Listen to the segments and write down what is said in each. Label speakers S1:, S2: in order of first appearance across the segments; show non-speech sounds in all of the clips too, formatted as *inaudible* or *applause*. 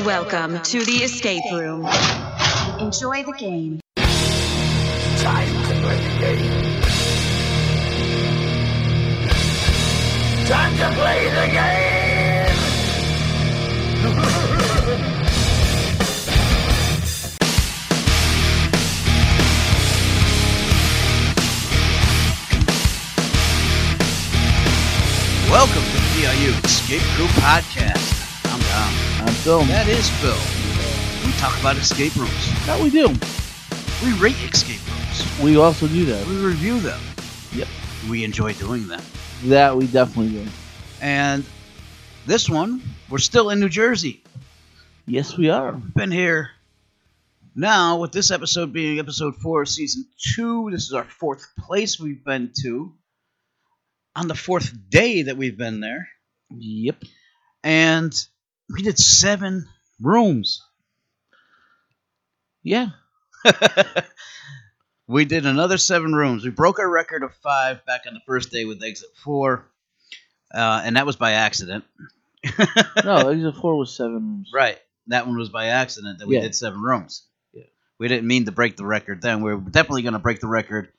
S1: Welcome to the escape room. Enjoy the game.
S2: Time to play the game. Time to play the game.
S3: Welcome to the DIU Escape Crew Podcast. I'm Dom.
S4: I'm Phil.
S3: That is Phil. We talk about escape rooms.
S4: That we do.
S3: We rate escape rooms.
S4: We also do that.
S3: We review them.
S4: Yep.
S3: We enjoy doing them.
S4: That we definitely do.
S3: And this one, we're still in New Jersey.
S4: Yes, we are.
S3: Been here now with this episode being episode four of season two. This is our fourth place we've been to. On the fourth day that we've been there.
S4: Yep.
S3: And we did seven rooms.
S4: Yeah.
S3: *laughs* we did another seven rooms. We broke our record of five back on the first day with exit four, uh, and that was by accident.
S4: No, exit four was seven rooms.
S3: Right, that one was by accident that we
S4: Yeah.
S3: did seven rooms.
S4: Yeah.
S3: We didn't mean to break the record then. We were definitely going to break the record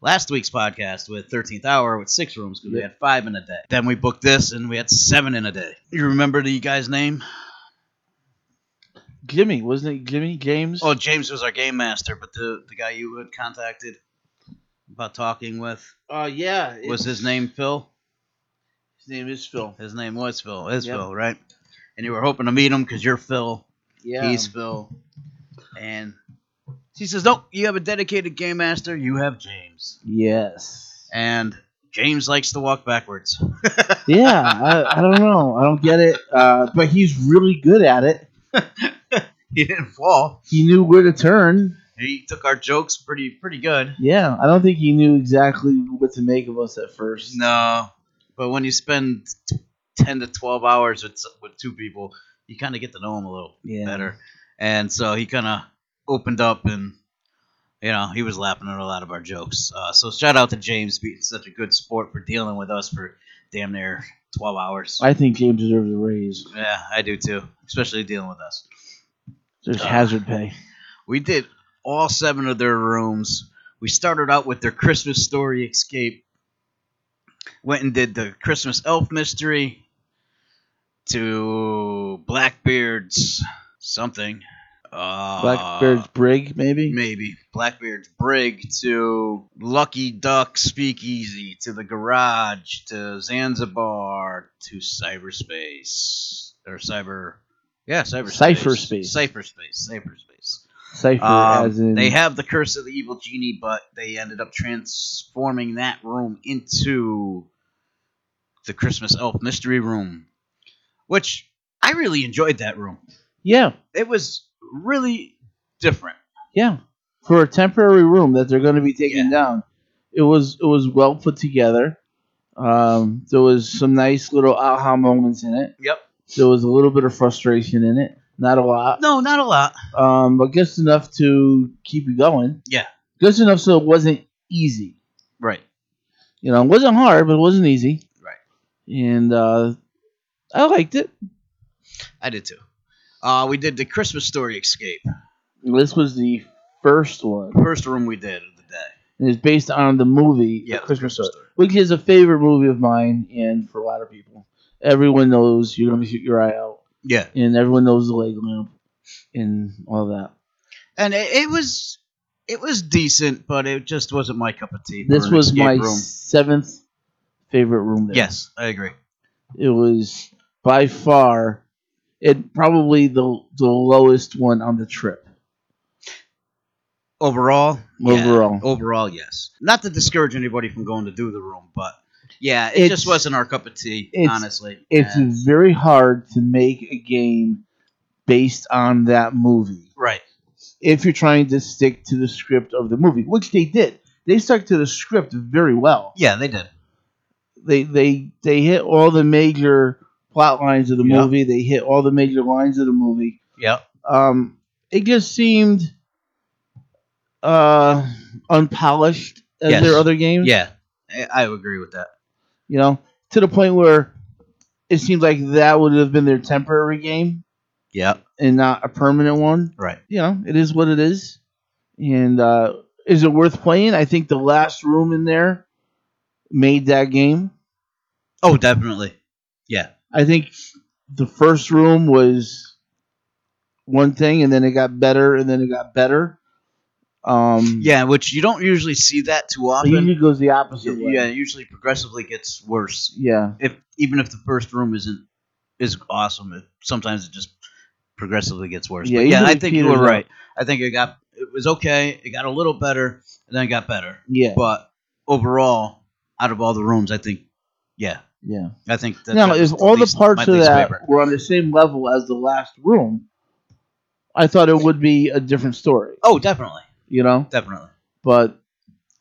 S3: last week's podcast with 13th hour with six rooms because we
S4: Yeah.
S3: had five in a day. Then we booked this and we had seven in a day. You remember the guy's name?
S4: Jimmy, wasn't it Jimmy James?
S3: Oh, James was our game master, but the the guy you had contacted about talking with
S4: uh, yeah.
S3: was
S4: it's-
S3: his name Phil.
S4: His name is Phil.
S3: His name was Phil. Is
S4: Yep.
S3: Phil, right? And you were hoping to meet him because you're Phil.
S4: Yeah.
S3: He's Phil. And he says, Nope, you have a dedicated game master. You have James.
S4: yes.
S3: And James likes to walk backwards. *laughs*
S4: yeah. I, I don't know. I don't get it. Uh, but he's really good at it.
S3: he didn't fall.
S4: He knew where to turn.
S3: He took our jokes pretty pretty good.
S4: Yeah. I don't think he knew exactly what to make of us at first.
S3: No. But when you spend t- 10 to 12 hours with, s- with two people, you kind of get to know him a little
S4: Yeah.
S3: better. And so he kind of opened up and, you know, he was laughing at a lot of our jokes. Uh, so shout out to James being such a good sport for dealing with us for damn near 12 hours.
S4: I think James deserves a raise.
S3: yeah, I do too, especially dealing with us.
S4: There's
S3: Uh,
S4: hazard pay.
S3: We did all seven of their rooms. We started out with their Christmas story escape. Went and did the Christmas elf mystery to Blackbeard's something. Uh,
S4: Blackbeard's Brig, maybe?
S3: maybe Blackbeard's brig to Lucky Duck Speakeasy to the garage to Zanzibar to cyberspace or cyber, yeah, cyberspace,
S4: Cypherspace.
S3: cyberspace, cyberspace.
S4: Cypher,
S3: Um,
S4: as in.
S3: they have the curse of the evil genie, but they ended up transforming that room into the Christmas elf mystery room, which I really enjoyed that room.
S4: yeah.
S3: It was really different.
S4: Yeah, for a temporary room that they're going to be taking
S3: Yeah.
S4: down, it was it was well put together. Um, there was some nice little aha moments in it.
S3: Yep.
S4: There was a little bit of frustration in it, not a lot,
S3: No, not a lot.
S4: um, but just enough to keep you going.
S3: Yeah.
S4: just enough so it wasn't easy.
S3: Right.
S4: You know, it wasn't hard, but it wasn't easy.
S3: Right.
S4: And uh, I liked it.
S3: I did too. Uh, we did the Christmas story escape.
S4: This was the first one.
S3: First room we did of the day.
S4: And it's based on the movie
S3: Yeah,
S4: yeah,
S3: The
S4: Christmas
S3: Christmas
S4: Story, which is a favorite movie of mine, and for a lot of people, everyone knows you're gonna shoot your eye out,
S3: Yeah.
S4: and everyone knows the leg lamp, and all that.
S3: And it, it was it was decent, but it just wasn't my cup of tea. for
S4: This
S3: an
S4: was
S3: escape
S4: my
S3: room.
S4: seventh favorite room. There.
S3: Yes, I agree.
S4: it was by far, it probably the the lowest one on the trip.
S3: Overall, yeah.
S4: Overall.
S3: overall, yes. Not to discourage anybody from going to do the room, but yeah, it
S4: It's-
S3: just wasn't our cup of tea,
S4: it's-
S3: honestly.
S4: It's
S3: And-
S4: very hard to make a game based on that movie.
S3: right,
S4: if you're trying to stick to the script of the movie, which they did. They stuck to the script very well.
S3: yeah, they did.
S4: They they they hit all the major plot lines of the
S3: Yeah.
S4: movie. They hit all the major lines of the movie.
S3: Yeah,
S4: Um, it just seemed uh, unpolished as
S3: Yes.
S4: their other games.
S3: yeah, I, I would agree with that.
S4: you know, to the point where it seemed like that would have been their temporary game,
S3: Yeah.
S4: and not a permanent one.
S3: Right.
S4: You know, it is what it is. And uh, is it worth playing? I think the last room in there made that game.
S3: Oh, definitely. Yeah.
S4: I think the first room was one thing, and then it got better, and then it got better. Um,
S3: Yeah, which you don't usually see that too
S4: it usually
S3: often.
S4: goes the opposite way.
S3: Yeah, it usually progressively gets worse.
S4: yeah.
S3: If even if the first room isn't is awesome, it, sometimes it just progressively gets worse.
S4: Yeah,
S3: but yeah
S4: usually
S3: I think you
S4: peters
S3: were
S4: out.
S3: right. I think it got it was okay. It got a little better, and then it got better.
S4: Yeah,
S3: But overall, out of all the rooms, I think, yeah,
S4: yeah.
S3: I think that
S4: now,
S3: that was
S4: if all the
S3: least- my
S4: parts of
S3: least
S4: that
S3: favorite.
S4: were on the same level as the last room, I thought it would be a different story.
S3: oh, definitely,
S4: You know,
S3: definitely,
S4: but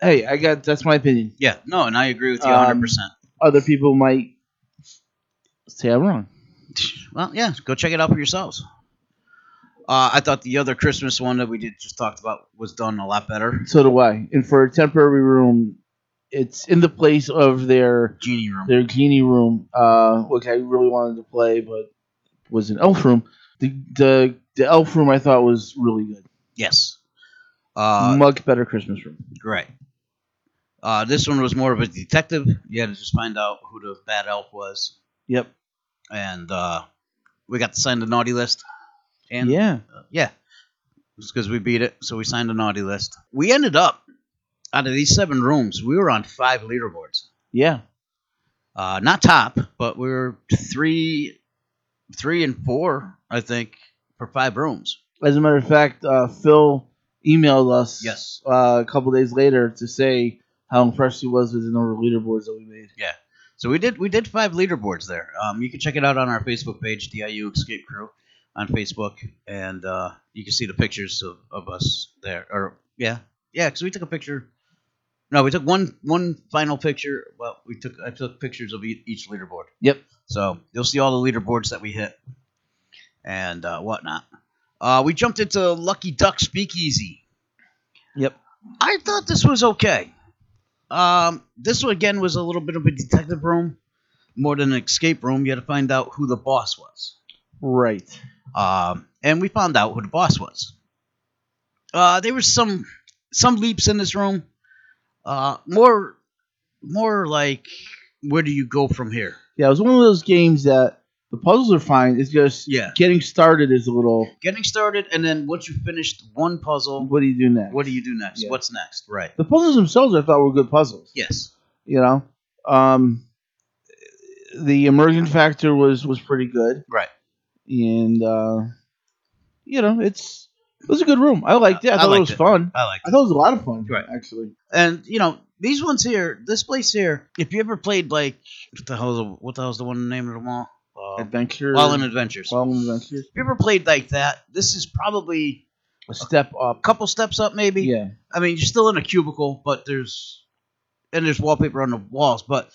S4: hey, I got that's my opinion.
S3: yeah, no, and I agree with you
S4: Um,
S3: 100. percent
S4: Other people might say I'm wrong.
S3: Well, yeah, go check it out for yourselves. Uh, I thought the other Christmas one that we did just talked about was done a lot better.
S4: So do I. And for a temporary room, it's in the place of their
S3: Genie room.
S4: their genie room, uh, which I really wanted to play, but was an elf room. The the the elf room I thought was really good.
S3: Yes. Uh,
S4: Much better Christmas room.
S3: Right. Uh, this one was more of a detective. You had to just find out who the bad elf was,
S4: Yep.
S3: and uh, we got to sign the naughty list. And
S4: yeah.
S3: uh, yeah, it's because we beat it, so we signed the naughty list. We ended up out of these seven rooms, we were on five leaderboards.
S4: Yeah.
S3: Uh, not top, but we were three, three and four, I think, for five rooms.
S4: As a matter of fact, uh, Phil emailed us
S3: Yes.
S4: uh, a couple days later to say how impressed he was with the number of leaderboards that we made.
S3: So we did we did five leaderboards there. Um, you can check it out on our Facebook page, DIU Escape Crew, on Facebook, and uh, you can see the pictures of, of us there. Or yeah, yeah, because we took a picture. No, we took one one final picture. Well, we took I took pictures of e- each leaderboard.
S4: Yep.
S3: So you'll see all the leaderboards that we hit and uh, whatnot. Uh, we jumped into Lucky Duck Speakeasy.
S4: Yep.
S3: I thought this was okay. Um, this one again was a little bit of a detective room, more than an escape room. You had to find out who the boss was,
S4: Right.
S3: um, and we found out who the boss was. Uh, there was some some leaps in this room, uh, more more like where do you go from here?
S4: Yeah, it was one of those games that the puzzles are fine. It's just
S3: Yeah,
S4: getting started is a little.
S3: getting started, and then once you finished one puzzle,
S4: What do you do next?
S3: what do you do next?
S4: Yeah.
S3: What's next? Right.
S4: The puzzles themselves, I thought, were good puzzles.
S3: Yes.
S4: You know, um, the immersion factor was was pretty good,
S3: Right.
S4: and uh, you know, it's it was a good room. I liked it. I,
S3: I
S4: thought it
S3: liked
S4: was
S3: it.
S4: fun.
S3: I like.
S4: I thought it was a lot of fun,
S3: Right.
S4: actually.
S3: And you know, these ones here, this place here. If you ever played like what the hell's what the hell's the one name of the mall? Uh,
S4: Adventure,
S3: Wildland Adventures.
S4: Wildland Adventures,
S3: if you ever played like that, this is probably
S4: a step
S3: a
S4: up.
S3: couple steps up, maybe.
S4: Yeah,
S3: I mean, you're still in a cubicle, but there's and there's wallpaper on the walls, but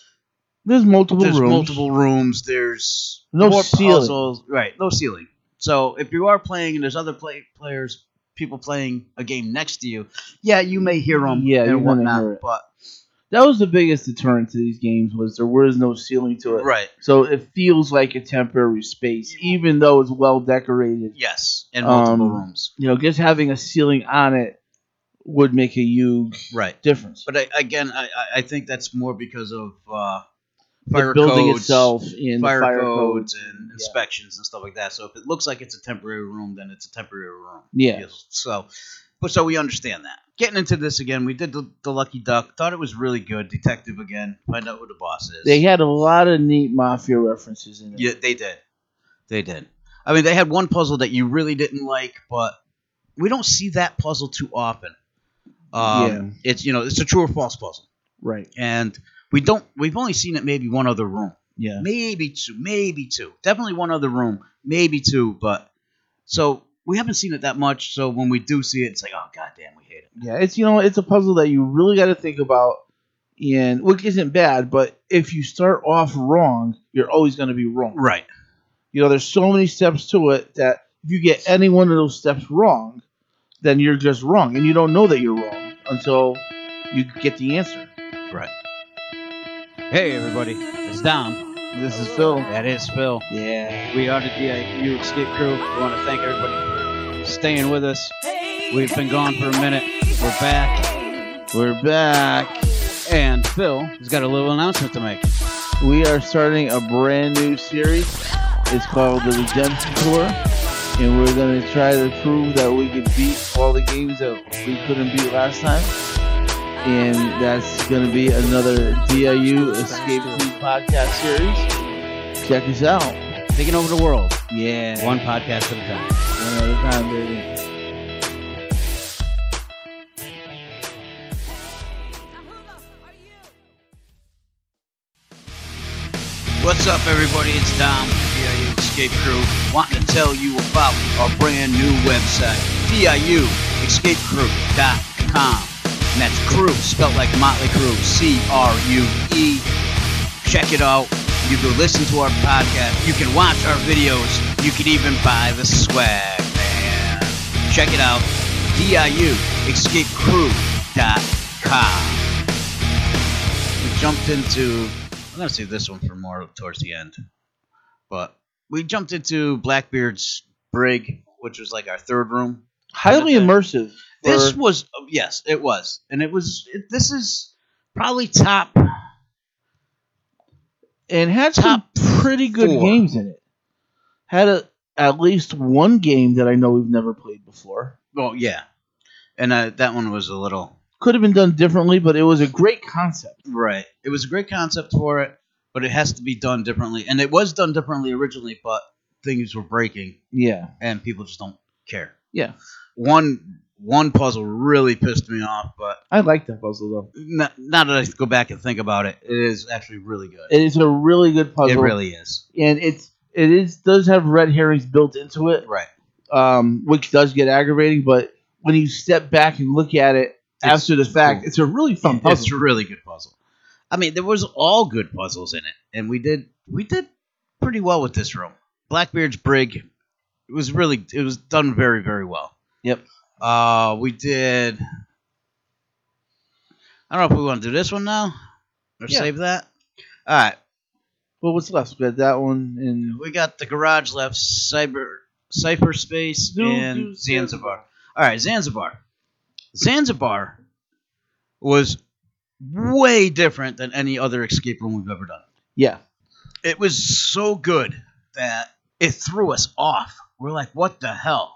S4: there's multiple
S3: there's
S4: rooms.
S3: multiple rooms. There's
S4: No ceiling.
S3: puzzles. Right, no ceiling. So if you are playing and there's other play, players, people playing a game next to you, yeah, you may hear them
S4: Yeah, you're
S3: and
S4: gonna
S3: whatnot.
S4: hear it.
S3: But
S4: That was the biggest deterrent to these games was there was no ceiling to it.
S3: right,
S4: So it feels like a temporary space, even though it's well decorated.
S3: yes, and multiple
S4: Um,
S3: rooms.
S4: you know, just having a ceiling on it would make a huge
S3: Right.
S4: difference.
S3: But I, again, I, I- I think that's more because of uh,
S4: The
S3: fire
S4: building
S3: codes,
S4: itself and
S3: fire,
S4: the fire
S3: codes,
S4: codes.
S3: and
S4: yeah.
S3: inspections and stuff like that. So if it looks like it's a temporary room, then it's a temporary room.
S4: Yeah.
S3: Yes. So, but so we understand that. Getting into this again, we did the, the Lucky Duck. Thought it was really good. Detective again. Find out who the boss is.
S4: They had a lot of neat mafia references in it.
S3: yeah, they did. They did. I mean, they had one puzzle that you really didn't like, but we don't see that puzzle too often. Um, It's you know it's a true or false puzzle.
S4: Right.
S3: and we don't we've only seen it maybe one other room
S4: Yeah.
S3: maybe two maybe two definitely one other room maybe two but so we haven't seen it that much so when we do see it it's like oh goddamn we hate it
S4: Yeah. It's you know, it's a puzzle that you really gotta think about and which isn't bad, but if you start off wrong, you're always gonna be wrong.
S3: right
S4: You know, there's so many steps to it that if you get any one of those steps wrong, then you're just wrong, and you don't know that you're wrong until you get the answer.
S3: right hey everybody it's dom
S4: This is Phil.
S3: That is Phil.
S4: Yeah.
S3: We are the DIU Escape Crew. We want to thank everybody for staying with us. We've been gone for a minute. We're back.
S4: We're back.
S3: And Phil has got a little announcement to make.
S4: We are starting a brand new series. It's called the Redemption Tour. And we're going to try to prove that we can beat all the games that we couldn't beat last time. And that's going to be another DIU Escape Team podcast series. Check us out.
S3: Taking over the world,
S4: Yeah.
S3: one podcast at a time.
S4: One at a time, baby.
S3: What's up, everybody? It's Dom, DIU Escape Crew, wanting to tell you about our brand new website, DIUEscapeCrew.com. And that's crew spelled like Motley Crew, C R U E. Check it out. You can listen to our podcast. You can watch our videos. You can even buy the swag, man. Check it out. DIUEscapeCrew.com. We jumped into I'm gonna save this one for more towards the end. But we jumped into Blackbeard's brig, which was like our third room.
S4: Highly immersive. for-
S3: This was oh, yes, it was, and it was. It, this is probably top.
S4: and had some pretty good
S3: four.
S4: games in it. Had a, at least one game that I know we've never played before.
S3: Well, yeah, and uh, that one was a little
S4: Could have been done differently, but it was a great concept.
S3: right. It was a great concept for it, but it has to be done differently, and it was done differently originally, but things were breaking,
S4: Yeah,
S3: and people just don't care.
S4: yeah,
S3: One one puzzle really pissed me off, but
S4: I like that puzzle though.
S3: N- now that I go back and think about it, it is actually really good. It,
S4: It is a really good puzzle,
S3: really is.
S4: and it's it is does have red herrings built into it,
S3: Right.
S4: um, which does get aggravating. But when you step back and look at it
S3: It's-
S4: after the fact, it's a really fun puzzle.
S3: It's a really good puzzle. I mean, there was all good puzzles in it, and we did we did pretty well with this room. Blackbeard's brig, it was really it was done very very well.
S4: Yep.
S3: Uh, we did. I don't know if we want to do this one now or
S4: Yeah.
S3: save that. All right,
S4: Well, what's left? We got that one and
S3: we got the garage left, cyber cyberspace,
S4: Do- do
S3: and Zanzibar. All right, Zanzibar. Zanzibar was way different than any other escape room we've ever done.
S4: yeah,
S3: It was so good that it threw us off. We're like, what the hell?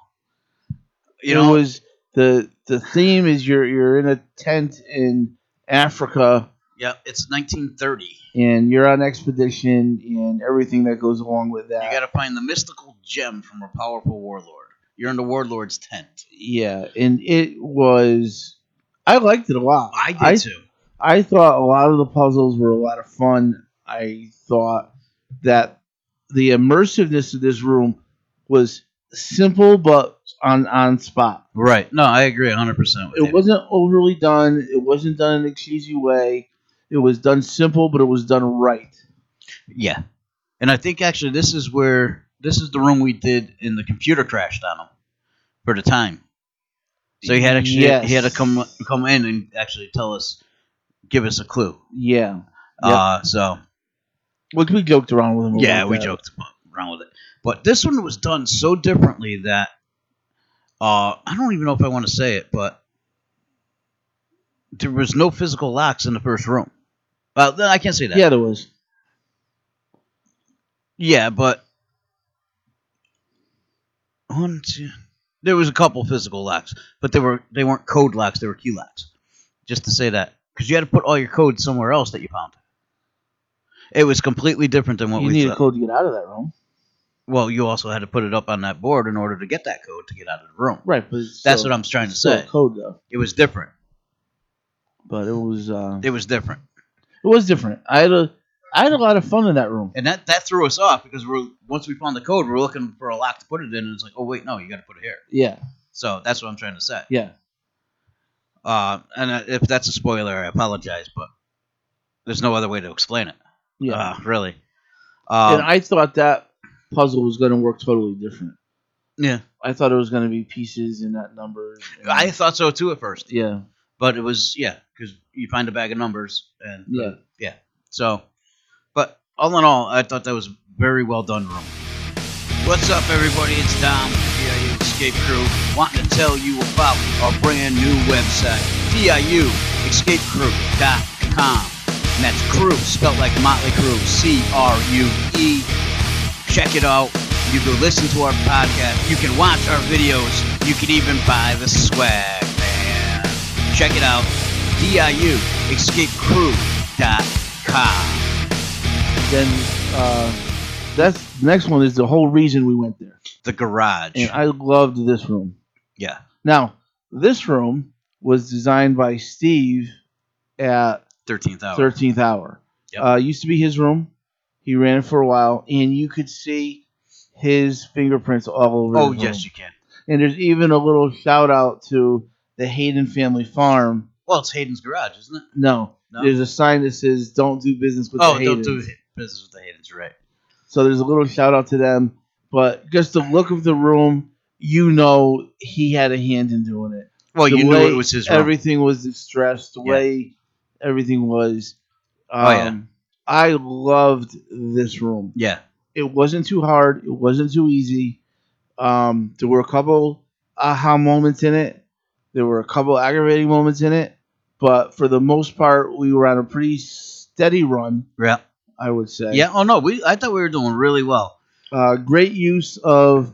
S3: You know,
S4: it was the the theme is you're you're in a tent in Africa
S3: yeah, it's 1930. You
S4: and you're on expedition and everything that goes along with that.
S3: got to find the mystical gem from a powerful warlord. You're in the warlord's tent.
S4: yeah, and it was I liked it a lot.
S3: I did
S4: I,
S3: too.
S4: I thought a lot of the puzzles were a lot of fun. I thought that the immersiveness of this room was simple but on on spot.
S3: Right. No, I agree 100% with you.
S4: It wasn't overly done. It wasn't done in a cheesy way. It was done simple, but it was done right.
S3: Yeah. And I think actually this is where this is the room we did in the computer crashed on him for the time. So he had actually
S4: Yes.
S3: he had to come come in and actually tell us give us a clue.
S4: Yeah.
S3: Uh so
S4: Which we joked around with him.
S3: yeah,
S4: about
S3: we
S4: that.
S3: joked around with it. But this one was done so differently that uh I don't even know if I want to say it, but there was no physical locks in the first room. Well, then I can't say that.
S4: Yeah, there was.
S3: Yeah, but one, two. There was a couple physical locks, but they were they weren't code locks. They were key locks. Just to say that, because you had to put all your code somewhere else that you found. It was completely different than what
S4: you
S3: we
S4: need a
S3: thought.
S4: code to get out of that room.
S3: Well, you also had to put it up on that board in order to get that code to get out of the room.
S4: Right, but it's
S3: That's
S4: still-
S3: what I'm trying to
S4: it's still
S3: say.
S4: Code though,
S3: It was different.
S4: but it was uh, it
S3: It was different,
S4: was different. I had a I had a lot of fun in that room.
S3: and that that threw us off because we're once we found the code, we're looking for a lock to put it in, and it's like, oh wait, no, you got to put it here.
S4: Yeah,
S3: So that's what I'm trying to say.
S4: yeah.
S3: Uh, and uh, if that's a spoiler, I apologize, but there's no other way to explain it.
S4: Yeah,
S3: Uh, really. Um,
S4: and I thought that puzzle was going to work totally different.
S3: yeah,
S4: I thought it was going to be pieces and not numbers. and-
S3: I thought so too at first,
S4: yeah,
S3: but it was yeah because you find a bag of numbers and
S4: yeah.
S3: so, but all in all, I thought that was very well done, room. What's up, everybody? It's Dom from DIU Escape Crew, wanting to tell you about our brand new website, DIU Escape Crew.com. And that's crew spelled like Motley Crew, C R U E. Check it out. You can listen to our podcast. You can watch our videos. You can even buy the swag, man. Check it out. DIU Escape Crew.com
S4: then uh, that's the next one is the whole reason we went there.
S3: the garage.
S4: And I loved this room.
S3: yeah,
S4: Now, this room was designed by Steve at
S3: thirteenth hour.
S4: 13th Hour.
S3: Yep.
S4: Uh, used to be his room. He ran it for a while, and you could see his fingerprints all over.
S3: Oh
S4: the room.
S3: yes, you can.
S4: And there's even a little shout out to the Hayden family farm.
S3: Well, it's Hayden's garage, isn't it?
S4: No,
S3: No.
S4: there's a sign that says "Don't do business with
S3: oh,
S4: the
S3: don't
S4: Haydens."
S3: do business with the Haydens, right?
S4: So there's a little shout out to them. But just the look of the room, you know he had a hand in doing it.
S3: Well,
S4: The
S3: you
S4: way
S3: knew it was his room.
S4: Everything was distressed, the
S3: Yeah.
S4: way everything was. Um,
S3: Oh, yeah.
S4: I loved this room.
S3: yeah,
S4: It wasn't too hard, it wasn't too easy. Um, there were a couple aha moments in it, there were a couple aggravating moments in it. But for the most part, we were on a pretty steady run,
S3: yeah,
S4: I would say.
S3: yeah. Oh no, we I thought we were doing really well.
S4: uh, great use of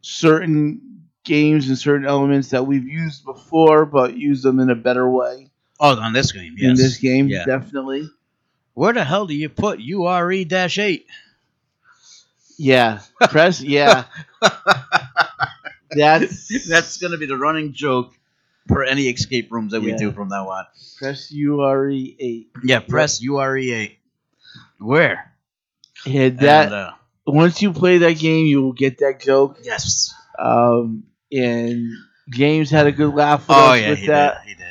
S4: certain games and certain elements that we've used before, but use them in a better way
S3: Oh, on this game, yes.
S4: in this game.
S3: Yeah.
S4: Definitely.
S3: Where the hell do you put URE dash eight?
S4: Yeah.
S3: *laughs*
S4: Press. Yeah. That's
S3: That's gonna be the running joke for any escape rooms that we
S4: Yeah.
S3: do from now on.
S4: press URE eight.
S3: Yeah, press URE eight. Where
S4: Yeah. That
S3: And, uh,
S4: once you play that game, you will get that joke.
S3: yes.
S4: Um, and James had a good laugh with
S3: Oh
S4: us
S3: yeah,
S4: with
S3: he
S4: that.
S3: did. He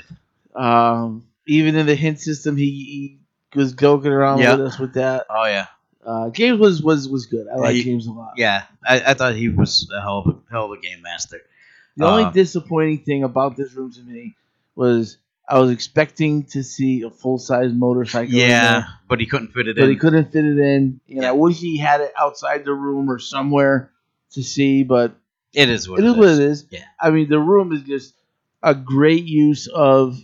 S3: did.
S4: Um, even in the hint system, he, he was joking around
S3: Yeah.
S4: with us with that.
S3: Oh yeah.
S4: Uh, James was was was good. I like
S3: he-
S4: James a lot.
S3: Yeah, I, I thought he was a hell of a, hell of a game master.
S4: The only
S3: Uh,
S4: disappointing thing about this room to me was I was expecting to see a full size motorcycle. in
S3: yeah,
S4: there,
S3: but he couldn't fit it
S4: uh, but
S3: in.
S4: he couldn't fit it in. And
S3: Yeah.
S4: I wish he had it outside the room or somewhere to see. But
S3: it is what
S4: it is what it is.
S3: Yeah.
S4: I mean, the room is just a great use of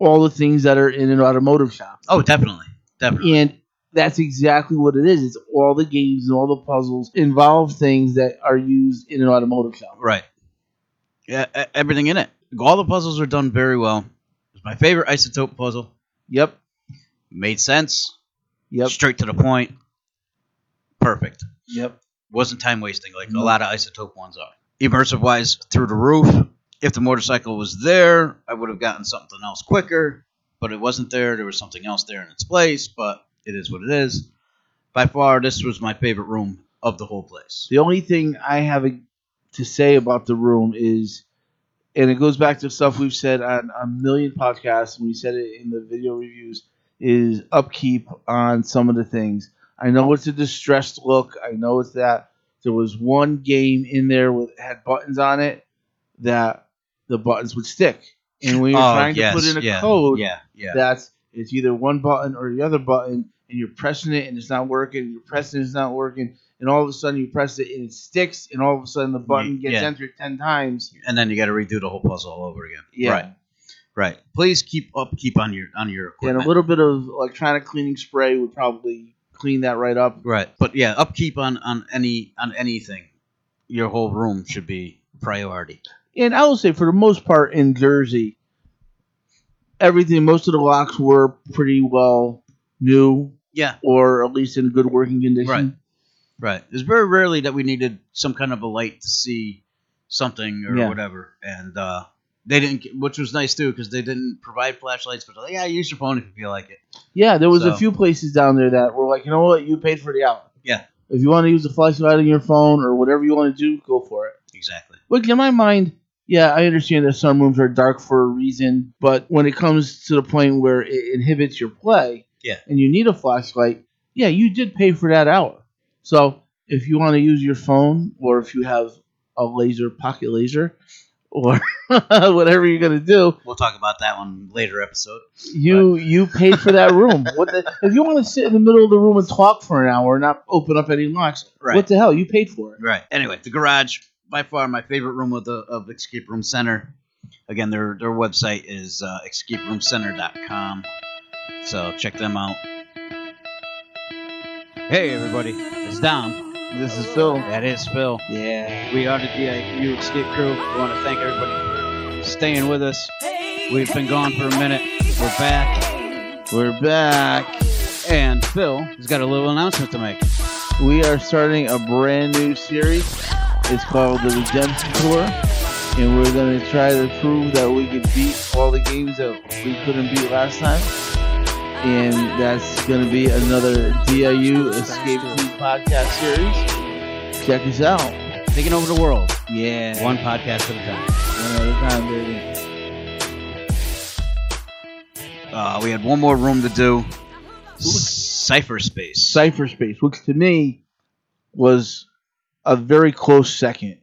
S4: all the things that are in an automotive shop,
S3: Oh, definitely, definitely.
S4: and that's exactly what it is. It's all the games and all the puzzles involve things that are used in an automotive shop.
S3: Right. Yeah, e- everything in it. All the puzzles were done very well. It was my favorite isotope puzzle.
S4: Yep.
S3: Made sense.
S4: Yep.
S3: Straight to the point. Perfect.
S4: Yep.
S3: Wasn't time wasting like
S4: No.
S3: a lot of isotope ones are. Immersive wise, through the roof. If the motorcycle was there, I would have gotten something else quicker, but it wasn't there. There was something else there in its place, but it is what it is. By far, this was my favorite room of the whole place.
S4: The only thing I have to say about the room is, and it goes back to stuff we've said on a million podcasts, and we said it in the video reviews, is upkeep on some of the things. I know it's a distressed look. I know it's that. There was one game in there with had buttons on it that the buttons would stick, and when you're
S3: Oh,
S4: trying
S3: yes,
S4: to put in a
S3: yeah,
S4: code,
S3: Yeah, yeah.
S4: that's it's either one button or the other button and you're pressing it and it's not working and you're pressing it, it's not working and all of a sudden you press it and it sticks and all of a sudden the button gets
S3: Yeah.
S4: entered 10 times
S3: and then you got to redo the whole puzzle all over again.
S4: yeah
S3: Right. Right. Please keep up. Keep on your on your
S4: and
S3: equipment.
S4: a little bit of electronic cleaning spray would probably clean that right up
S3: right. But yeah, upkeep on on any on anything. Your whole room should be priority.
S4: and i will say for the most part in jersey everything most of the locks were pretty well new
S3: Yeah.
S4: or at least in good working condition
S3: Right. Right. It's very rarely that we needed some kind of a light to see something or
S4: Yeah.
S3: whatever, and uh, they didn't, which was nice too, because they didn't provide flashlights. But they're like, yeah, use your phone if you feel like it.
S4: Yeah, there was a
S3: So-
S4: few places down there that were like, you know what, you paid for the hour.
S3: Yeah.
S4: If you want to use the flashlight on your phone or whatever you want to do, go for it.
S3: Exactly.
S4: Look, in my mind, yeah, I understand that some rooms are dark for a reason, but when it comes to the point where it inhibits your play,
S3: Yeah.
S4: and you need a flashlight, yeah, you did pay for that hour. So if you want to use your phone or if you have a laser pocket laser or *laughs* whatever you're gonna do.
S3: We'll talk about that one later episode.
S4: You you paid for that room. What the, if you want to sit in the middle of the room and talk for an hour and not open up any locks?
S3: Right.
S4: What the hell? You paid for it.
S3: Right. Anyway, the garage by far my favorite room of the of Escape Room Center. Again, their their website is uh, escaperoomcenter.com. So check them out. Hey everybody, it's Dom.
S4: This is Phil.
S3: That is Phil.
S4: Yeah.
S3: We are the DIU Escape Crew. We want to thank everybody for staying with us. We've been gone for a minute. We're back,
S4: We're back.
S3: and Phil has got a little announcement to make.
S4: We are starting a brand new series. It's called the Redemption Tour, and we're gonna try to prove that we can beat all the games that we couldn't beat last time. And that's gonna be another DIU Escape Room podcast series. Check us out.
S3: Taking over the world,
S4: Yeah.
S3: one podcast at a time.
S4: One at a time, baby.
S3: Uh, we had one more room to do. Cipher space.
S4: Cypher Space, which to me was a very close second.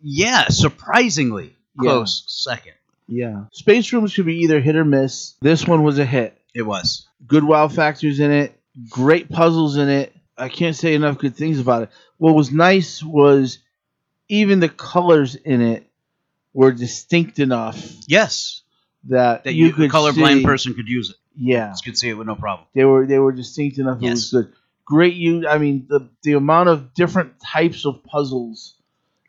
S3: yeah, surprisingly
S4: Yeah.
S3: close second.
S4: Yeah. Space rooms could be either hit or miss. This one was a hit.
S3: It was.
S4: Good wow factors in it, great puzzles in it. I can't say enough good things about it. What was nice was even the colors in it were distinct enough
S3: Yes,
S4: that,
S3: that
S4: you,
S3: you,
S4: could
S3: a colorblind
S4: see-
S3: person could use it.
S4: Yeah.
S3: Could see it with no problem.
S4: They were they were distinct enough. It
S3: Yes.
S4: was good. Great you I mean the the amount of different types of puzzles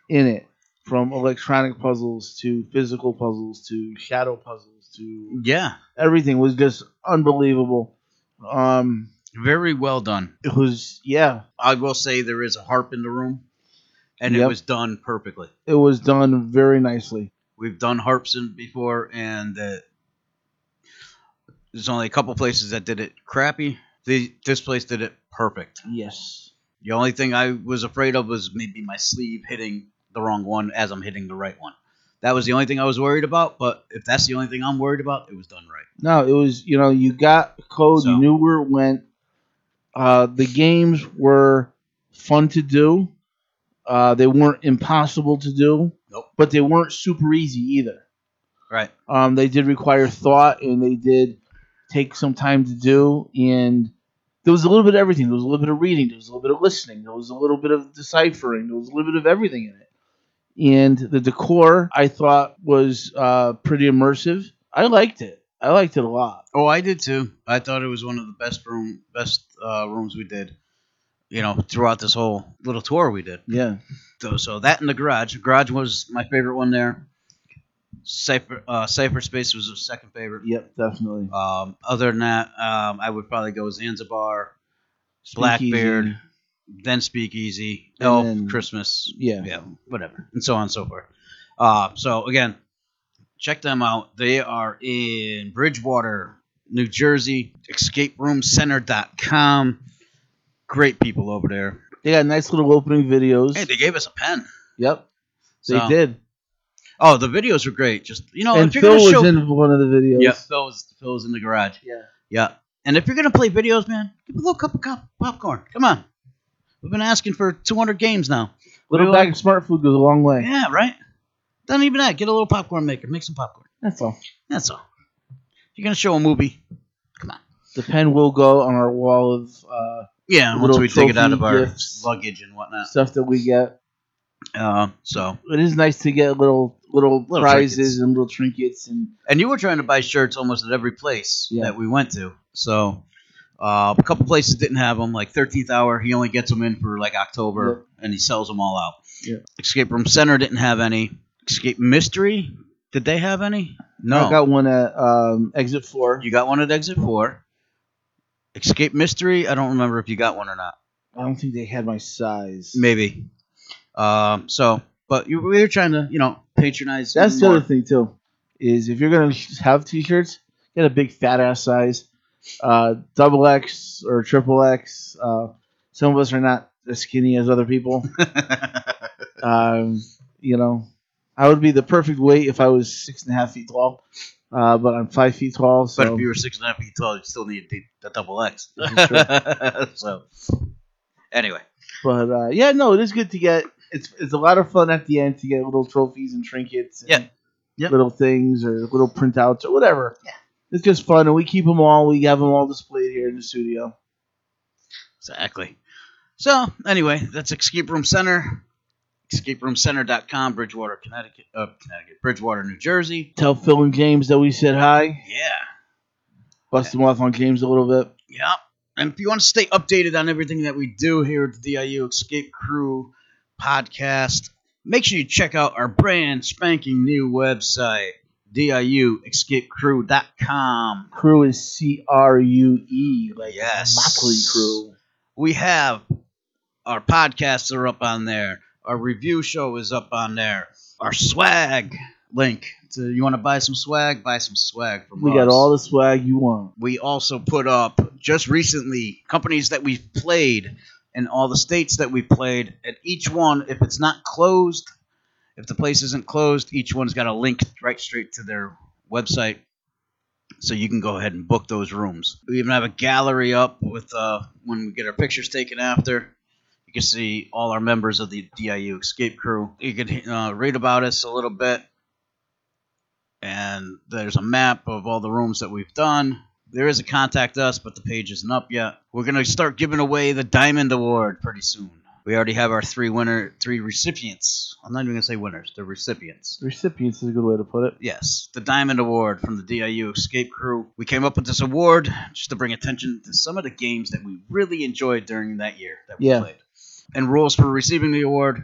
S4: in it. From electronic puzzles to physical puzzles to shadow puzzles to
S3: Yeah,
S4: everything was just unbelievable. Um
S3: very well done.
S4: it was yeah,
S3: I will say there is a harp in the room, and it
S4: Yep.
S3: was done perfectly.
S4: it was done very nicely.
S3: We've done harps in before, and uh, there's only a couple places that did it crappy. The, this place did it perfect.
S4: Yes.
S3: The only thing I was afraid of was maybe my sleeve hitting the wrong one as I'm hitting the right one. That was the only thing I was worried about, but if that's the only thing I'm worried about, it was done right.
S4: No, it was you know, you got the code,
S3: So-
S4: you knew where it went. Uh the games were fun to do. Uh they weren't impossible to do.
S3: Nope.
S4: But they weren't super easy either.
S3: Right.
S4: Um, they did require thought, and they did take some time to do. And there was a little bit of everything. There was a little bit of reading. There was a little bit of listening. There was a little bit of deciphering. There was a little bit of everything in it. And the decor, I thought, was uh, pretty immersive. I liked it. I liked it a lot.
S3: Oh, I did too. I thought it was one of the best room, best uh, rooms we did. You know, throughout this whole little tour we did.
S4: Yeah.
S3: So, so that in the garage. Garage was my favorite one there. Cypher, uh, Cypher Space was the second favorite.
S4: Yep. Definitely.
S3: Um, other than that, um, I would probably go Zanzibar, Blackbeard,
S4: Speakeasy.
S3: then Speakeasy,
S4: And
S3: Elf,
S4: then-
S3: Christmas,
S4: Yeah.
S3: yeah, whatever, and so on and so forth. Uh, so again, check them out. They are in Bridgewater, New Jersey, escaperoomcenter.com. Great people over there.
S4: They got nice little opening videos.
S3: Hey, they gave us a pen.
S4: yep. They
S3: So-
S4: did.
S3: Oh, the videos were great. Just you know,
S4: and
S3: if you're
S4: Phil
S3: gonna
S4: was
S3: show,
S4: in one of the videos.
S3: yeah, Phil was, Phil was in the garage.
S4: Yeah.
S3: Yeah. And if you're gonna play videos, man, give a little cup of cop- popcorn. Come on. We've been asking for 200 games now.
S4: Little
S3: Really?
S4: bag of smart food goes a long way.
S3: Yeah, right. Don't even that. Get a little popcorn maker. Make some popcorn.
S4: That's all.
S3: That's all. If you're gonna show a movie, come on.
S4: The pen will go on our wall of uh,
S3: Yeah, once
S4: Little
S3: we take it out of
S4: trophy
S3: our
S4: gifts.
S3: luggage and whatnot.
S4: stuff that we get.
S3: Uh, so,
S4: It is nice to get little little,
S3: Little
S4: prizes
S3: trinkets.
S4: and little trinkets and
S3: and you were trying to buy shirts almost at every place
S4: Yeah.
S3: that we went to. So, uh, a couple places didn't have them. Like 13th Hour, he only gets them in for like October, and he sells them all out.
S4: Yeah.
S3: Escape Room Center didn't have any. Escape Mystery, did they have any? No.
S4: I got one at um, exit four.
S3: you got one at Exit Four. Escape Mystery, I don't remember if you got one or not.
S4: I don't think they had my size.
S3: Maybe. Um, so, but you, we were trying to, you know, patronize.
S4: That's the
S3: more.
S4: other thing too, is if you're gonna have t-shirts, get a big fat ass size, uh, double X or triple X. Uh, some of us are not as skinny as other *laughs* people.
S3: *laughs*
S4: um, you know, I would be the perfect weight if I was six and a half feet tall, uh, but I'm five feet tall. So
S3: But if you were six and a half feet tall, you still need the, the double X.
S4: This is
S3: *laughs* so, anyway,
S4: But uh, yeah, no, it is good to get it's it's a lot of fun at the end to get little trophies and trinkets and
S3: Yeah. Yep.
S4: little things or little printouts or whatever.
S3: Yeah.
S4: It's just fun, and we keep them all. We have them all displayed here in the studio.
S3: Exactly. So, anyway, that's Escape Room Center. EscapeRoomCenter.com, Bridgewater, Connecticut, uh, Connecticut, Bridgewater, New Jersey.
S4: Tell Phil and James that we said hi.
S3: Yeah.
S4: Bust them off on James a little bit.
S3: Yep. And if you want to stay updated on everything that we do here at the DIU Escape Crew podcast, make sure you check out our brand spanking new website, diuescapecrew.com.
S4: Crew is C R U E, like
S3: Yes.
S4: Motley Crew.
S3: We have our podcasts are up on there. Our review show is up on there. Our swag link. So you want to buy some swag? Buy some swag from
S4: We
S3: us.
S4: got all the swag you want.
S3: we also put up just recently companies that we've played in all the states that we played and each one if it's not closed if the place isn't closed each one's got a link right straight to their website so you can go ahead and book those rooms we even have a gallery up with uh, when we get our pictures taken after you can see all our members of the diu escape crew you can uh, read about us a little bit and there's a map of all the rooms that we've done. There is a contact us, but the page isn't up yet. We're gonna start giving away the Diamond Award pretty soon. We already have our three winner, three recipients. I'm not even gonna say winners; they're recipients.
S4: Recipients is a good way to put it.
S3: Yes, the Diamond Award from the DIU Escape Crew. We came up with this award just to bring attention to some of the games that we really enjoyed during that year that we
S4: Yeah.
S3: played. And rules for receiving the award.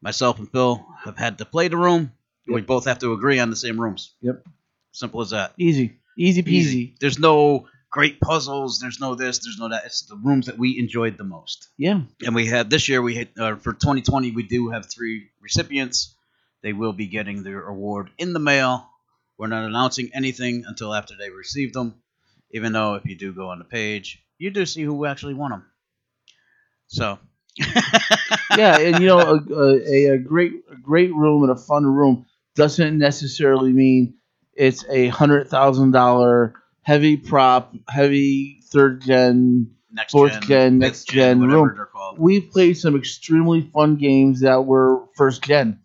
S3: Myself and Phil have had to play the room. and We both have to agree on the same rooms.
S4: Yep.
S3: Simple as that.
S4: Easy, easy peasy.
S3: There's no great puzzles. There's no this. There's no that. It's the rooms that we enjoyed the most.
S4: Yeah,
S3: And we had this year. We had uh, for 2020. We do have three recipients. They will be getting their award in the mail. We're not announcing anything until after they receive them. Even though if you do go on the page, you do see who actually won them. So *laughs*
S4: yeah, and you know, a, a, a great, a great room and a fun room doesn't necessarily mean it's a hundred thousand dollar heavy prop, heavy third gen.
S3: next
S4: Fourth
S3: gen,
S4: gen,
S3: fifth
S4: next gen
S3: whatever
S4: room.
S3: they're called.
S4: We played some extremely fun games that were first gen,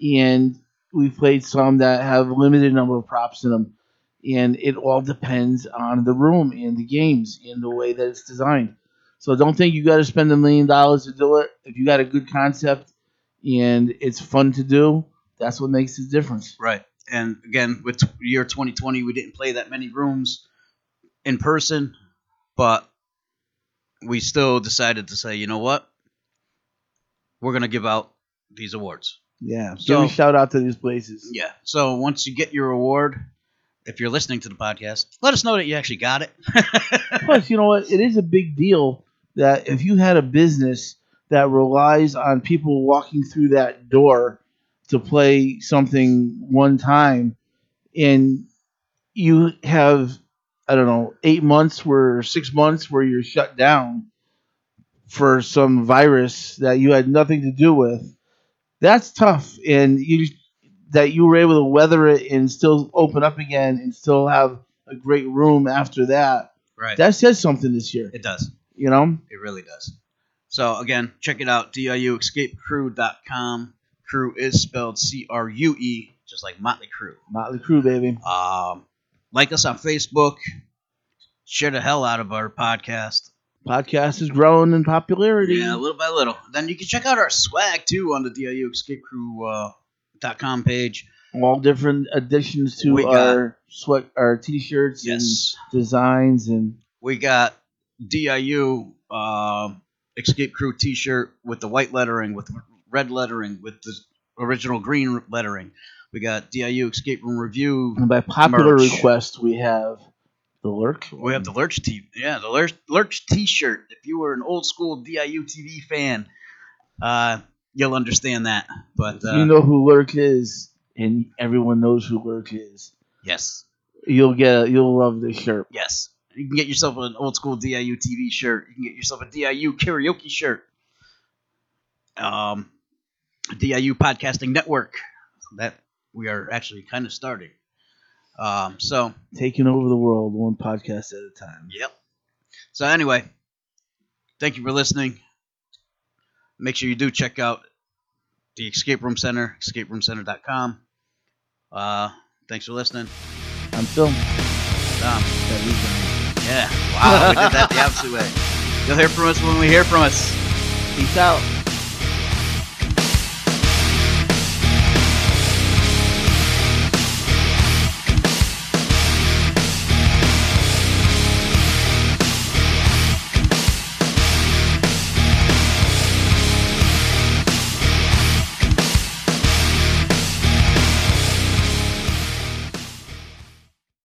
S4: and we played some that have limited number of props in them, and it all depends on the room and the games and the way that it's designed. So don't think you got to spend a million dollars to do it. If you got a good concept and it's fun to do, that's what makes the difference.
S3: Right. And again, with t- year 2020, we didn't play that many rooms in person, but we still decided to say, you know what? We're going to give out these awards.
S4: Yeah. So
S3: So-
S4: give a shout out to these places.
S3: Yeah. So once you get your award, if you're listening to the podcast, let us know that you actually got it.
S4: Plus, you know what? It is a big deal that if you had a business that relies on people walking through that door to play something one time, and you have, I don't know, eight months where six months where you're shut down for some virus that you had nothing to do with. That's tough, and you that you were able to weather it and still open up again and still have a great room after that
S3: right.
S4: that says something this year.
S3: it does.
S4: You know,
S3: It really does. So again, check it out, diuescapecrew.com. Crew is spelled C-R-U-E, E, just like Motley Crew.
S4: Motley Crue, baby.
S3: Um, like us on Facebook. Share the hell out of our podcast.
S4: Podcast is growing in popularity.
S3: Yeah, little by little. Then you can check out our swag too on the DIU Escape Crew uh, dot com page.
S4: All different additions to
S3: We got-
S4: our sweat, our t-shirts,
S3: Yes,
S4: and designs, and
S3: we got DIU um Escape Crew T-shirt with the white lettering, with red lettering, with the original green lettering. We got DIU Escape Room Review.
S4: and by popular
S3: Merch.
S4: request, we have the lurk.
S3: We have the Lurch T. Yeah, the Lurch Lurch T-shirt. If you were an old school DIU TV fan, uh, you'll understand that. But uh,
S4: you know who lurk is, and everyone knows who lurk is.
S3: yes,
S4: You'll get, you'll love this shirt.
S3: yes, you can get yourself an old school DIU TV shirt. You can get yourself a DIU karaoke shirt. Um, DIU podcasting network that we are actually kind of starting. Um, so
S4: Taking over the world, one podcast at a time.
S3: Yep. So anyway, thank you for listening. Make sure you do check out the Escape Room Center, escaperoomcenter.com. Uh, thanks for listening. Um,
S4: I'm Phil.
S3: Dom.
S4: That reason.
S3: Yeah. Wow. we did that the opposite way. You'll hear from us when we hear from us.
S4: Peace out.